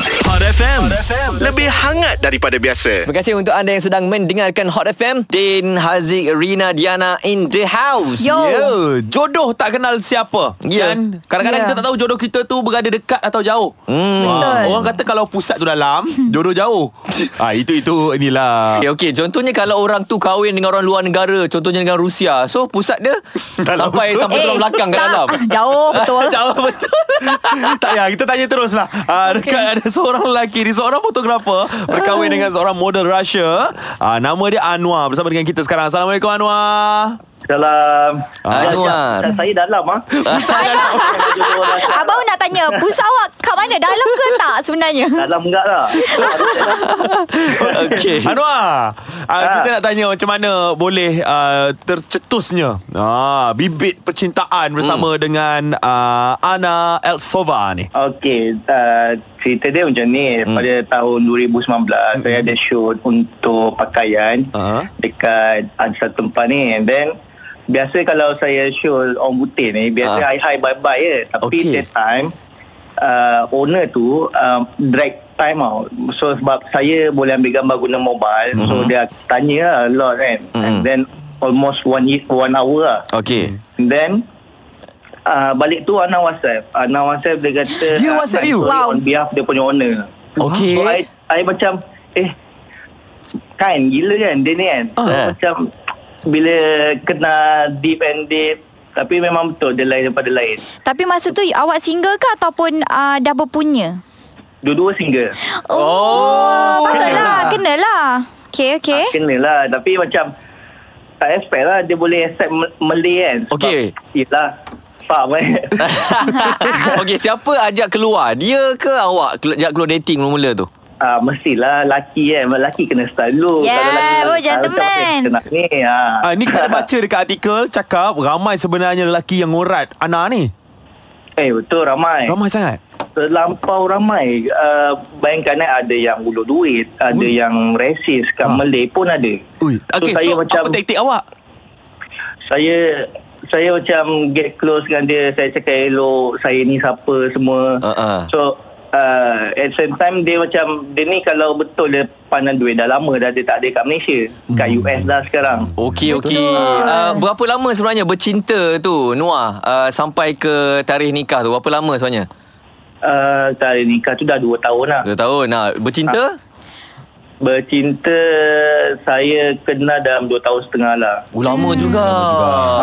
FM. Hot FM. Lebih hangat daripada biasa. Terima kasih untuk anda yang sedang mendengarkan Hot FM. Din, Haziq, Rina, Diana in the house. Yo. Ya, jodoh tak kenal siapa. Ya. Dan kadang-kadang Ya. kita tak tahu jodoh kita tu berada dekat atau jauh. Hmm. Betul. orang kata kalau pusat tu dalam, Hmm. jodoh jauh. ah itu itu inilah. Okay, okay. Contohnya kalau orang tu kahwin dengan orang luar negara, contohnya dengan Rusia. So, pusat dia Dalam. Eh, sampai sampai dalam belakang kat Eh, tak. dalam. Jauh betul Jauh betul. tak payah Kita tanya terus lah uh, Dekat okay. ada seorang lelaki Ni seorang fotografer Berkahwin dengan seorang model Russia uh, Nama dia Anwar Bersama dengan kita sekarang Assalamualaikum Anwar Dalam Anwar. Dan saya dalam ah. Abang nak tanya Pusat awak kat mana Dalam ke tak sebenarnya dalam enggak lah. Okay. Anwar uh, Kita nak tanya Macam mana boleh uh, Tercetusnya uh, Bibit percintaan Bersama dengan uh, Ana Elsova ni Okey, uh, cerita dia macam ni. Hmm. Pada tahun 2019, saya ada shoot untuk pakaian Ah. Uh-huh. dekat ada satu tempat ni. And then, biasa kalau saya shoot orang putih ni, biasa Ah. hi-hi bye-bye je. Tapi Okey. okay. that time, uh, owner tu uh, drag time out. So, sebab saya boleh ambil gambar guna mobile. So, Mm-hmm. dia tanya lah a lot kan. And then, almost one, ye- one hour lah. Okay. And then uh, balik tu Ana WhatsApp. Ana WhatsApp dia kata Dia ah, WhatsApp I'm you? sorry Wow. on behalf dia punya owner. Okay. So I, I macam eh kan gila kan dia ni kan. So, Ah. Macam bila kena deep and deep tapi memang betul dia lain daripada lain. Tapi masa tu Awak single ke Ataupun uh, dah berpunya Dua-dua single. Oh, Patutlah lah Kenalah Okay okay Ah, kenalah tapi macam tak expect lah dia boleh accept Mel- Malay kan. Sebab, Okey. Yelah. Faham eh. okay, siapa ajak keluar? Dia ke awak kel- ajak keluar dating mula-mula tu? Ah, mestilah laki kan. Laki kena style dulu. Yeah, oh, tak style, macam mana gentleman. Kena ni. Ha. uh, Ni kita ada baca dekat artikel Cakap ramai sebenarnya Lelaki yang ngorat Ana ni Eh, betul ramai. Ramai ramai. sangat Terlampau ramai. Uh, bayangkan eh, ada yang bulu duit, ada yang resis, kat Malay pun ada. Ui, Ya, So, Okay, so, saya macam apa taktik awak? saya saya macam get close dengan dia, saya cakap elok, saya ni siapa semua. Ah, ah. So Uh, at same time dia macam dia ni kalau betul dia pandang duit dah lama dah dia tak ada kat Malaysia kat US dah sekarang Okey okey. Uh, berapa lama sebenarnya bercinta tu Noah uh, sampai ke tarikh nikah tu? Berapa lama sebenarnya? uh, tarikh nikah tu dah 2 tahun lah Dua tahun. Nah, bercinta? Bercinta saya kenal dalam 2 tahun setengah lah. Oh, lama Hmm. juga.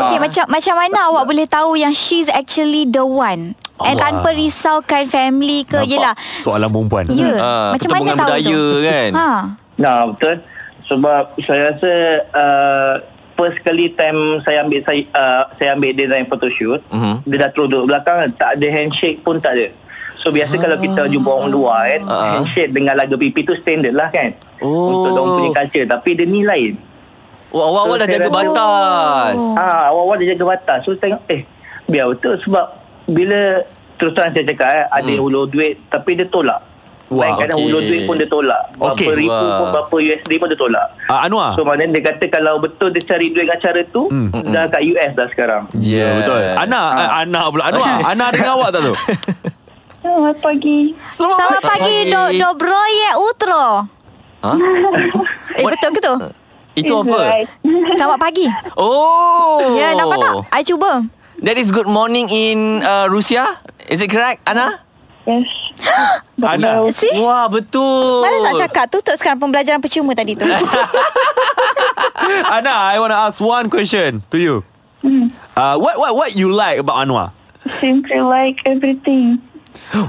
Okay macam macam mana awak boleh tahu yang she's actually the one? And tanpa risaukan family ke Nampak Yelah soalan perempuan. Ya yeah. Ah, Macam mana pertemuan tahu budaya tu kan? ha. Nah, betul. Sebab saya rasa uh, first kali time saya ambil saya uh, saya ambil dia dalam photoshoot, Mhm. dia dah terus duduk belakang, tak ada handshake pun tak ada. So biasa kalau kita jumpa orang luar kan, Ah. handshake dengan laga pipi tu standard lah kan. Oh. Untuk orang punya culture. Tapi dia ni lain. Wah, Oh, awal-awal dah Saya jaga rasa- batas. Ah, awal-awal dia jaga batas. So tengok eh biar betul sebab bila terus terang saya cakap eh, ada yang hulu duit tapi dia tolak. Hmm. Wah, Wah, kadang okey. hulu duit pun dia tolak. Berapa Okey. ribu Wah. pun berapa USD pun dia tolak. uh, Anwar So maknanya dia kata kalau betul dia cari duit dengan cara tu dah kat US dah sekarang. Hmm. Ya yeah. betul. Ana Ah. eh, Ana pula Anwar. Ana dengan awak tak tu? Selamat pagi. Selamat pagi do, Dobroye utro Ha? Eh betul ke tu? Itu apa? Selamat pagi Oh. Ya nampak tak? I cuba That is good morning in uh, Rusia. Is it correct, Ana? Yes. Ana. See? Wah, betul. Mana tak cakap Tutup sekarang pembelajaran percuma tadi tu Oh, Ana, I want to ask one question to you. Hmm. Uh, what what what you like about Anwar? Simply like everything.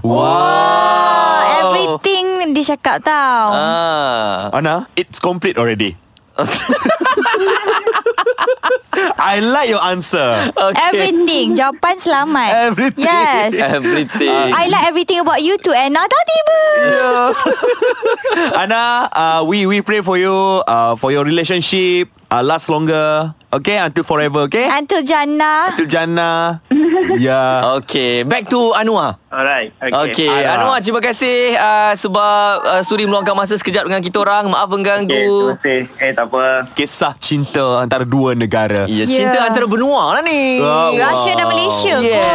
oh, Everything dia cakap tau Ah. Ana, it's complete already. I like your answer. Everything Jawapan selamat Everything. Yes Everything. I like everything about you too Anna dah tiba Ana, uh, we we pray for you uh, for your relationship uh, last longer. Okay, until forever. Okay, Until Jannah until Jannah. Ya. Okay, back to Anwar. Alright. Okay, okay. Alah. Anwar terima kasih uh, sebab uh, suri meluangkan masa sekejap dengan kita orang. Maaf Okay, terima mengganggu. kasih. Eh, tak apa. Kisah cinta antara dua negara. Ya, yeah. Yeah. cinta antara benua lah ni. Wow. Russia dan Malaysia Yeah.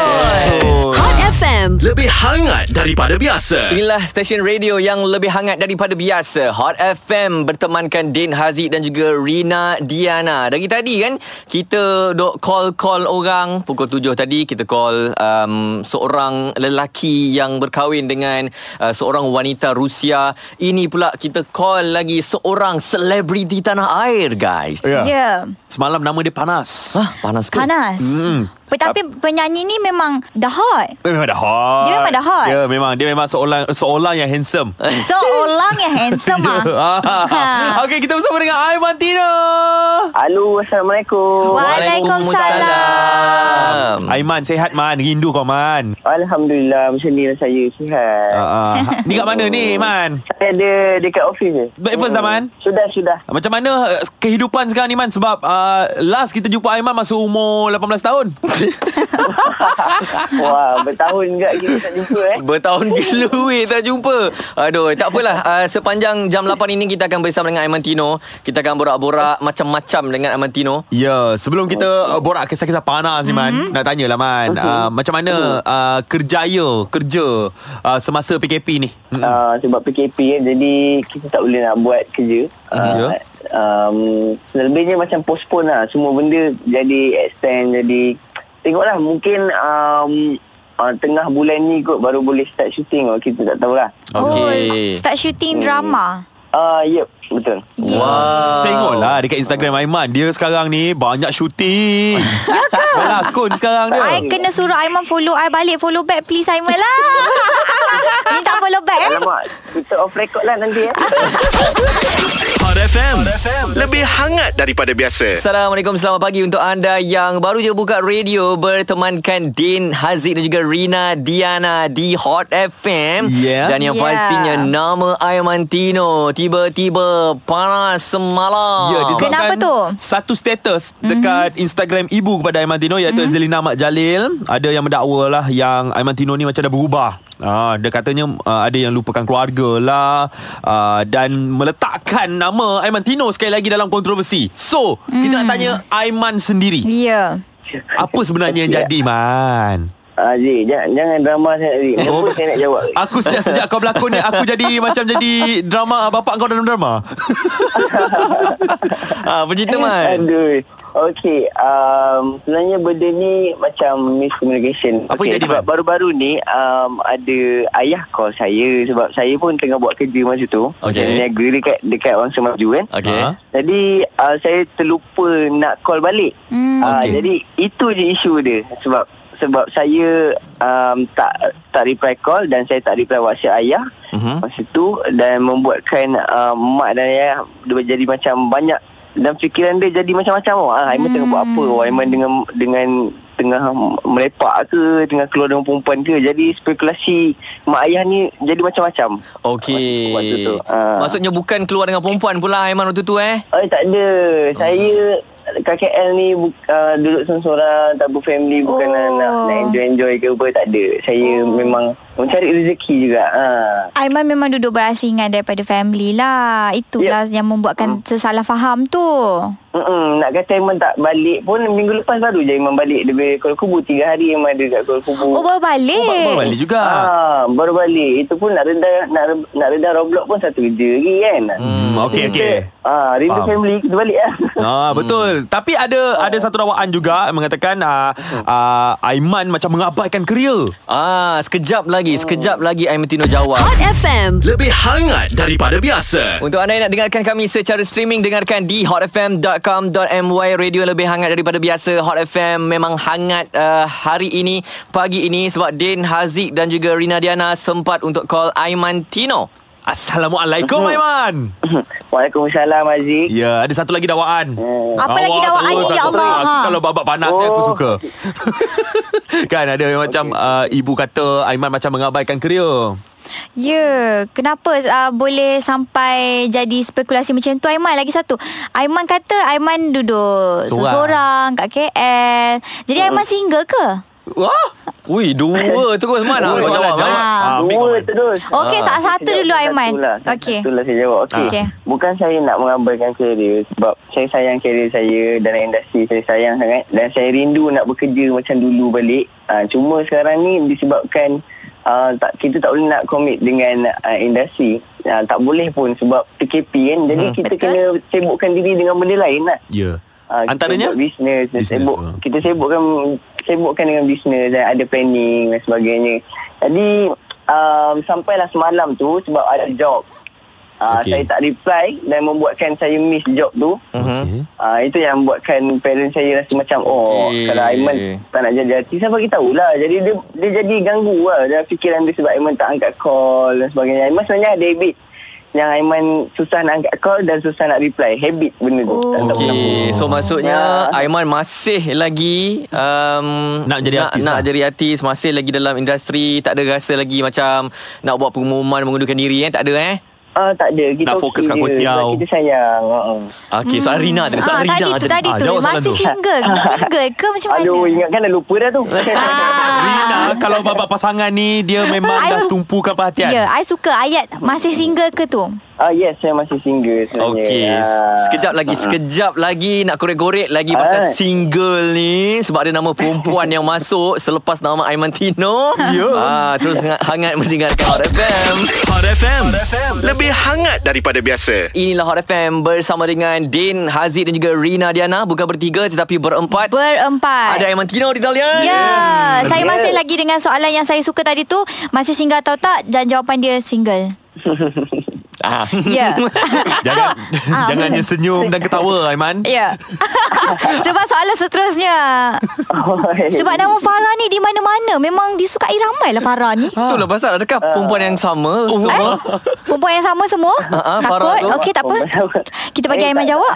kot. Oh. Hot FM. Lebih hangat daripada biasa. Inilah stesen radio yang lebih hangat daripada biasa Hot FM bertemankan Din Haziq dan juga Rina Diana Dari tadi kan kita dok call-call orang Pukul 7 tadi kita call um, seorang lelaki yang berkahwin dengan uh, seorang wanita Rusia Ini pula kita call lagi seorang selebriti tanah air guys Ya. Ya. Yeah. Semalam nama dia panas. Hah, panas ke? Panas. Hmm. Tapi penyanyi ni memang dah hot. Dia memang dah hot. Dia memang dah hot. Dia memang dia memang seorang seorang yang handsome. So orang yang handsome ah. Ha. Okey, kita bersama dengan Aiman Tino. Halo, Assalamualaikum. Waalaikumsalam. Aiman sehat man, rindu kau man. Alhamdulillah, macam ni lah saya. Sihat. Uh, uh. Ni kat mana ni man? Saya ada dekat ofis je. Hmm. Breakfast dah, Man? Sudah, sudah. Macam mana eh, kehidupan sekarang ni man sebab uh, last kita jumpa Aiman masa umur 18 tahun. Wah, bertahun juga kita tak jumpa eh. Bertahun gila weh tak jumpa. Aduh, tak apalah. Uh, sepanjang jam 8 ini kita akan bersama dengan Aiman Tino. Kita akan borak-borak macam-macam dengan Aiman Tino. Ya, yeah, sebelum kita uh, borak kisah-kisah panas ni man, mm-hmm. nak tanyalah man, uh, macam mana uh, kerjaya, kerja uh, semasa PKP ni? Mm. Uh, sebab PKP kan jadi kita tak boleh nak buat kerja Ya. uh, um, selebihnya macam postpone lah semua benda jadi extend jadi tengoklah mungkin um, uh, tengah bulan ni kot baru boleh start shooting kot kita tak tahulah Okey. Oh, start shooting drama. uh, yep betul Ah. Yeah. Wow. Tengoklah dekat Instagram Aiman Dia sekarang ni banyak syuting Ya ke? Berlakon sekarang dia I kena suruh Aiman follow I balik Follow back please Aiman lah Minta follow back eh Alamak kita off record lah nanti eh Hot FM. Lebih hangat daripada biasa. Assalamualaikum Selamat pagi untuk anda yang baru je buka radio Bertemankan Din Haziq dan juga Rina Diana di Hot FM Yeah. Dan yang Yeah. pastinya nama Aiman Tino Tiba-tiba panas semalam Ya, disebabkan Kenapa tu? Mhm. Satu status dekat mm-hmm. Instagram ibu kepada Aiman Tino iaitu mm-hmm. Zelina Mak Jalil ada yang mendakwa lah yang Aiman Tino ni macam dah berubah. Ah, dia katanya uh, ada yang lupakan keluarga lah uh, dan meletakkan nama Aiman Tino sekali lagi dalam kontroversi. So, mm. kita nak Mhm. tanya Aiman sendiri. Ya Apa sebenarnya yang Ya. jadi, Man? uh, Zik jangan, jangan drama sangat Zik Oh. Kenapa saya nak jawab Aku sejak sejak kau berlakon ni aku jadi macam jadi drama ah, bapak kau dalam drama. Ah, ha, Bercerita Man Aduh. Eh, Okey, um, sebenarnya benda ni macam miscommunication. Apa Okey, jadi, sebab Man? baru-baru ni um, ada ayah call saya sebab saya pun tengah buat kerja masa tu. Okey. Niaga dekat dekat Wangsa Maju kan. Okey. Ha? Jadi uh, saya terlupa nak call balik. Hmm. Ah, Okey. jadi itu je isu dia sebab sebab saya um, tak tak reply call dan saya tak reply WhatsApp ayah. Mhm. Uh-huh. Masa tu dan membuatkan uh, mak dan ayah dia jadi macam banyak dalam fikiran dia jadi macam-macam oh. Ah, Aiman hmm. tengah buat apa? Oh, Aiman dengan dengan tengah merepak ke, tengah keluar dengan perempuan ke. Jadi spekulasi mak ayah ni jadi macam-macam. Okey. Waktu tu, ah. Maksudnya bukan keluar dengan perempuan pula Aiman waktu tu eh? Oh tak ada. Saya KKL ni bu- uh, duduk seorang-seorang tak berfamily bukan Oh. nak, nak nak enjoy-enjoy ke apa tak ada. Saya oh. memang mencari rezeki juga. Ha. Aiman memang duduk berasingan daripada family lah Itulah Ya. yang Hmm. membuatkan sesalah faham tu Mm-mm, nak kata Iman tak balik pun minggu lepas baru je Iman balik dari Kuala Kubu. Tiga hari Iman ada dekat Kuala Kubu. Oh baru balik Baru balik juga. Ah, baru balik. Itu pun nak reda nak, re- nak reda Roblox pun satu kerja lagi kan. Hmm, okey okey. Ah, rindu Faham. family kita balik lah. Ah betul. Tapi ada ada satu dakwaan juga mengatakan ah, ah, Aiman macam mengabaikan kerja. Ah, sekejap lagi, sekejap lagi Aiman Tino jawab. Hot FM. Lebih hangat daripada biasa. Untuk anda yang nak dengarkan kami secara streaming Dengarkan di hotfm.com.my Radio lebih hangat daripada biasa Hot FM memang hangat uh, hari ini Pagi ini sebab Din Haziq dan juga Rina Diana Sempat untuk call Aiman Tino Assalamualaikum Aiman. Waalaikumsalam Aziz. Ya, ada satu lagi dakwaan. Apa lagi dakwaan terus ni, ya aku- Allah, Aku ha. kalau babak panas ni aku Oh. suka. kan ada yang macam ah, ibu kata Aiman macam mengabaikan kerja. Ya, kenapa uh, boleh sampai jadi spekulasi macam tu Aiman? Lagi satu, Aiman kata Aiman duduk Seorang. Hmm. seorang kat KL. Jadi Aiman single ke? Wah. Ui, dua terus man. Dua soalan, Awak lah. jawab man. jawab. Ah, Ah, big Dua one. terus Ah. Okey, salah satu Saya dulu, jawab Aiman. satu lah. Salah Okey. Satu lah saya jawab Okey Okey. okay. Bukan saya nak mengabaikan kerja Sebab saya sayang kerja saya Dan industri saya sayang sangat Dan saya rindu nak bekerja macam dulu balik ha, Cuma sekarang ni disebabkan uh, tak, Kita tak boleh nak komit dengan uh, industri uh, Tak boleh pun sebab PKP kan Jadi hmm. kita Betul. kena sibukkan diri dengan benda lain lah Ya. Ah, kita Antaranya? buat bisnes, kita Bisnes, sibuk, ah. kita sibukkan sibukkan dengan bisnes dan ada planning dan sebagainya. Jadi um, sampailah semalam tu sebab ada job. Okey. Mhm. Uh, okay. Saya tak reply dan membuatkan saya miss job tu. Okey. Uh, itu yang buatkan parents saya rasa macam oh Okey. okay. kalau Aiman tak nak jadi artis saya bagi tahulah. Jadi dia dia jadi ganggu lah dalam fikiran dia sebab Aiman tak angkat call dan sebagainya. Aiman sebenarnya ada habit yang Aiman susah nak angkat call dan susah nak reply. Habit benda tu. Tak tahu kenapa. Okey, so maksudnya Aiman masih lagi um, Nak jadi artis lah. nak jadi artis, masih lagi dalam industri, tak ada rasa lagi macam nak buat pengumuman mengundurkan diri eh, tak ada eh. Ah tak ada kita Nak fokus kat okey je. kotiau. Sebab Kita sayang. Uh-uh. Okey, soalan Rina tadi, soalan Rina tadi tu, tadi Hmm. Ah, tu. jawab soalan Masih tu. single. Single ke macam mana? Aduh ingatkan dah lupa dah tu. Ah. Rina kalau babak pasangan ni dia memang I dah su- tumpukan perhatian. Ya, I suka ayat masih single ke tu? ah yes saya masih single sebenarnya. Okey, Ya. Ah. sekejap lagi, sekejap lagi nak korek-korek lagi pasal Alright. single ni sebab ada nama perempuan yang masuk selepas nama Aiman Tino. Ya. Ah, terus hangat- hangat mendengarkan Hot FM. Hot FM. Lebih hangat daripada biasa. Inilah Hot FM bersama dengan Din, Hazid dan juga Rina Diana. Bukan bertiga tetapi berempat. Berempat. Ada Hmm. Aiman Tino di talian. Ya, saya Ya. masih lagi dengan soalan yang saya suka tadi tu, masih single atau tak dan jawapan dia single. Ah. Ya. Jangan ah, jangan hanya senyum dan ketawa Aiman. Ya. Sebab soalan seterusnya. Sebab nama Farah ni di mana-mana memang disukai ramai lah Farah ni. Itulah pasal adakah perempuan yang sama Eh? semua? Perempuan yang sama semua? ah, Farah Takut? tu. Okey, tak apa. Kita bagi Eh, Aiman jawab.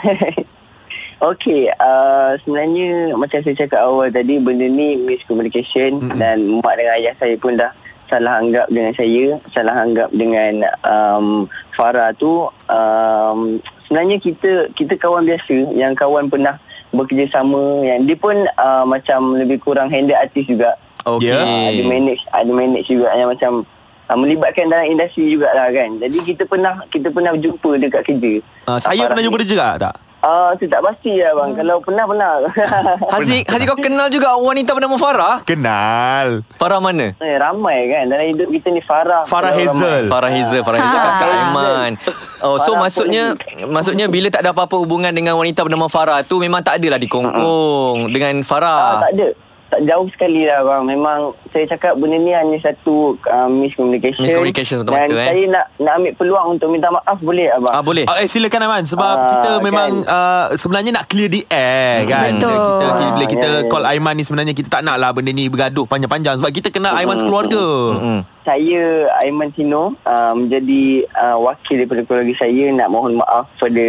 Okey, uh, sebenarnya macam saya cakap awal tadi benda ni miscommunication mm-hmm. dan mak dengan ayah saya pun dah salah anggap dengan saya, salah anggap dengan um, Farah tu um, sebenarnya kita kita kawan biasa yang kawan pernah bekerjasama yang dia pun uh, macam lebih kurang handle artis juga. Okey. Ya. Ah, Ada manage ada manage juga yang macam ah, melibatkan dalam industri jugalah kan. Jadi kita pernah kita pernah jumpa dekat kerja. Ah, saya pernah jumpa dia juga tak? Ah, tu tak pasti lah bang. Kalau pernah pernah. Haziq, Haziq kau kenal juga wanita bernama Farah? Kenal. Farah mana? eh, ramai kan dalam hidup kita ni Farah. Farah Kalau Hazel. Farah Hazel Farah Hazel Ha. kakak Aiman Oh so Farah maksudnya Maksudnya bila tak ada apa-apa hubungan Dengan wanita bernama Farah tu Memang tak adalah dikongkong Dengan Ah, Farah tak ada. Tak jauh sekali lah bang. Memang saya cakap benda ni hanya satu uh, miscommunication. Miscommunication satu Dan mata, eh. saya nak nak ambil peluang untuk minta maaf boleh abang. Ah boleh Ah, eh silakan Aiman sebab Ah, kita kan. Hmm. memang uh, sebenarnya nak clear the air kan. Betul. Kita, kita bila Ah, kita ya, ya. call Aiman ni sebenarnya kita tak nak lah benda ni bergaduh panjang-panjang sebab kita kenal Aiman Hmm. sekeluarga. Mm. Saya Aiman Tino uh, menjadi uh, wakil daripada keluarga saya nak mohon maaf pada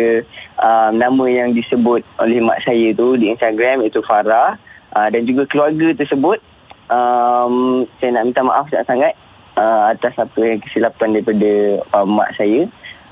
uh, nama yang disebut oleh mak saya tu di Instagram iaitu Farah uh, dan juga keluarga tersebut um, saya nak minta maaf sangat-sangat uh, atas apa yang kesilapan daripada uh, mak saya.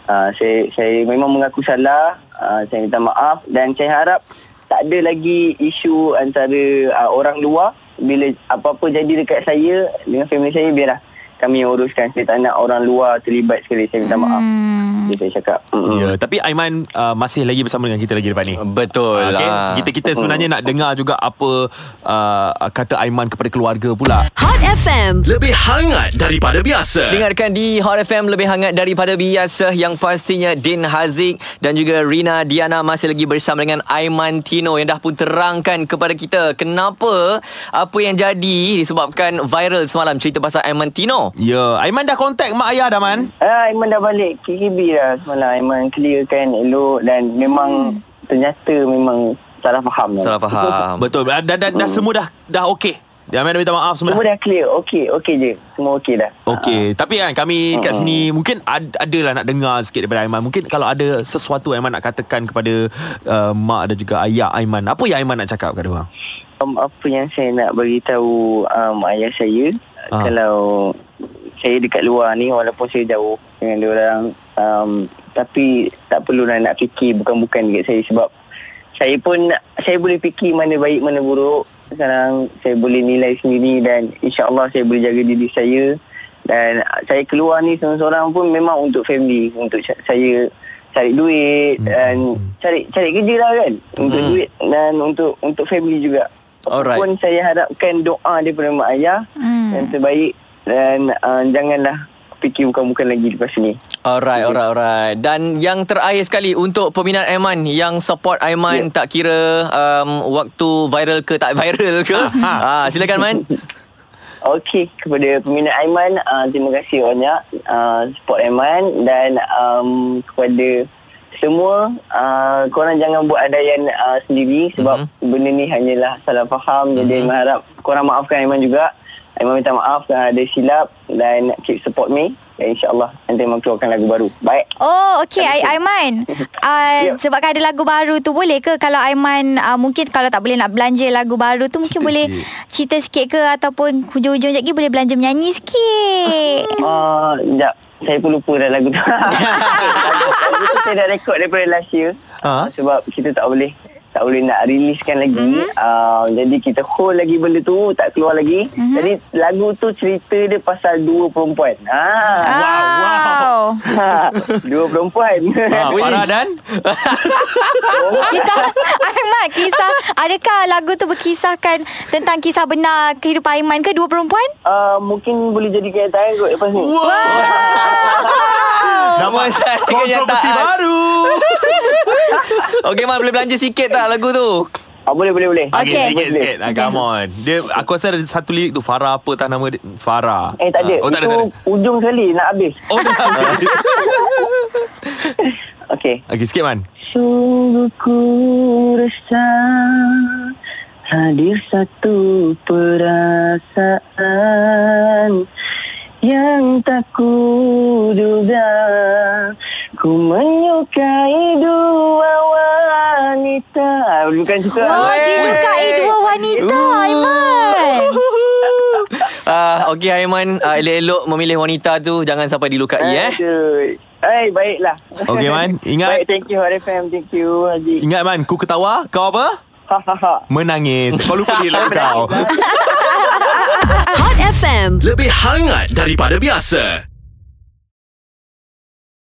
Uh, saya saya memang mengaku salah, uh, saya minta maaf dan saya harap tak ada lagi isu antara uh, orang luar bila apa-apa jadi dekat saya dengan family saya biarlah kami yang uruskan saya tak nak orang luar terlibat sekali saya minta maaf hmm. dia saya cakap Ya, mm yeah, tapi Aiman uh, masih lagi bersama dengan kita lagi lepas ni. Betul Okay? lah Kita Hmm. kita sebenarnya nak dengar juga apa uh, kata Aiman kepada keluarga pula. Hot FM. Lebih hangat daripada Eh. biasa. Dengarkan di Hot FM lebih hangat daripada biasa yang pastinya Din Haziq dan juga Rina Diana masih lagi bersama dengan Aiman Tino yang dah pun terangkan kepada kita kenapa apa yang jadi disebabkan viral semalam cerita pasal Aiman Tino. Ya, yeah. Aiman dah kontak mak ayah dah man. ah, Aiman dah balik KKB dah lah. semalam Aiman clearkan elok dan memang ternyata memang salah faham lah. Salah Ah. faham. Betul. Dah dah, dah, dah semua dah dah okey. Dah Aiman dah minta maaf semua. Hmm. semua dah. dah clear okey okey je semua okey dah lah. Ah. Okey, tapi kan kami kat sini mungkin ad, adalah nak dengar sikit daripada Aiman. Mungkin kalau ada sesuatu Aiman nak katakan kepada uh, mak dan juga ayah Aiman. Apa yang Aiman nak cakap kat orang? um, apa yang saya nak beritahu um, ayah saya Ah. ha. kalau saya dekat luar ni walaupun saya jauh dengan dia orang um, tapi tak perlulah nak fikir bukan-bukan dekat saya sebab saya pun saya boleh fikir mana baik mana buruk sekarang saya boleh nilai sendiri dan insyaAllah saya boleh jaga diri saya dan saya keluar ni seorang-seorang pun memang untuk family untuk sy- saya cari duit hmm. dan cari cari kerja lah kan untuk hmm. duit dan untuk untuk family juga Alright. pun saya harapkan doa daripada mak ayah Hmm. yang terbaik dan uh, janganlah fikir bukan-bukan lagi lepas ni Alright, alright, alright. Dan yang terakhir sekali untuk peminat Aiman yang support Aiman Ya. yeah. tak kira um, waktu viral ke tak viral ke. Ha, ah, silakan Man. Okey, kepada peminat Aiman, uh, terima kasih banyak uh, support Aiman dan um, kepada semua, uh, korang jangan buat adayan uh, sendiri sebab mm-hmm. benda ni hanyalah salah faham. Mm-hmm. Jadi Aiman harap korang maafkan Aiman juga. Aiman minta maaf uh, ada silap dan keep support me. Dan insyaAllah nanti Aiman keluarkan lagu baru. Baik. Oh, okey Ai- Aiman. Uh, Ya. sebabkan ada lagu baru tu boleh ke kalau Aiman uh, mungkin kalau tak boleh nak belanja lagu baru tu mungkin Cerita boleh sikit. cerita sikit ke ataupun hujung-hujung sekejap lagi boleh belanja menyanyi sikit. Uh, sekejap. Saya pun lupa dah lagu tu. lagu tu saya dah rekod daripada last year. Ha? Ha? Sebab kita tak boleh tak boleh nak riliskan lagi. Mm-hmm. Uh, jadi kita hold lagi benda tu, tak keluar lagi. Mm-hmm. Jadi lagu tu cerita dia pasal dua perempuan. Ah. Wow. Ha, dua perempuan. Ha, Farah dan Kisah Aiman Kisah Adakah lagu tu berkisahkan Tentang kisah benar Kehidupan Aiman ke Dua perempuan uh, mungkin boleh jadi kenyataan kot lepas ni. Nama saya Kontroversi kenyataan. baru Okey Man boleh belanja sikit tak lagu tu? Ah, boleh, boleh, boleh. Okey. Okay, sikit, sikit. Ah, come on. Dia, aku rasa ada satu lirik tu Farah apa tak nama dia? Farah. Eh, tak Ah, ada. Oh, tak ada, Itu tak ada. ujung sekali nak habis. Oh, dah. Okey. Okey, sikit man. Sungguh ku resah Hadir satu perasaan Yang tak kuduga Ku menyukai dua wanita Ah, Bukan cerita Oh dia Weh. sukai dua wanita Aiman Ah, okey Aiman, ah, elok-elok memilih wanita tu jangan sampai dilukai eh. Aduh. Eh, baiklah Ya. Okey, Man. Ingat. Baik, thank you RFM Thank you Haji Ingat man, ku ketawa, kau apa? Ha ha ha Menangis. Kau lupa dia lagu kau. Hot FM Lebih hangat daripada biasa.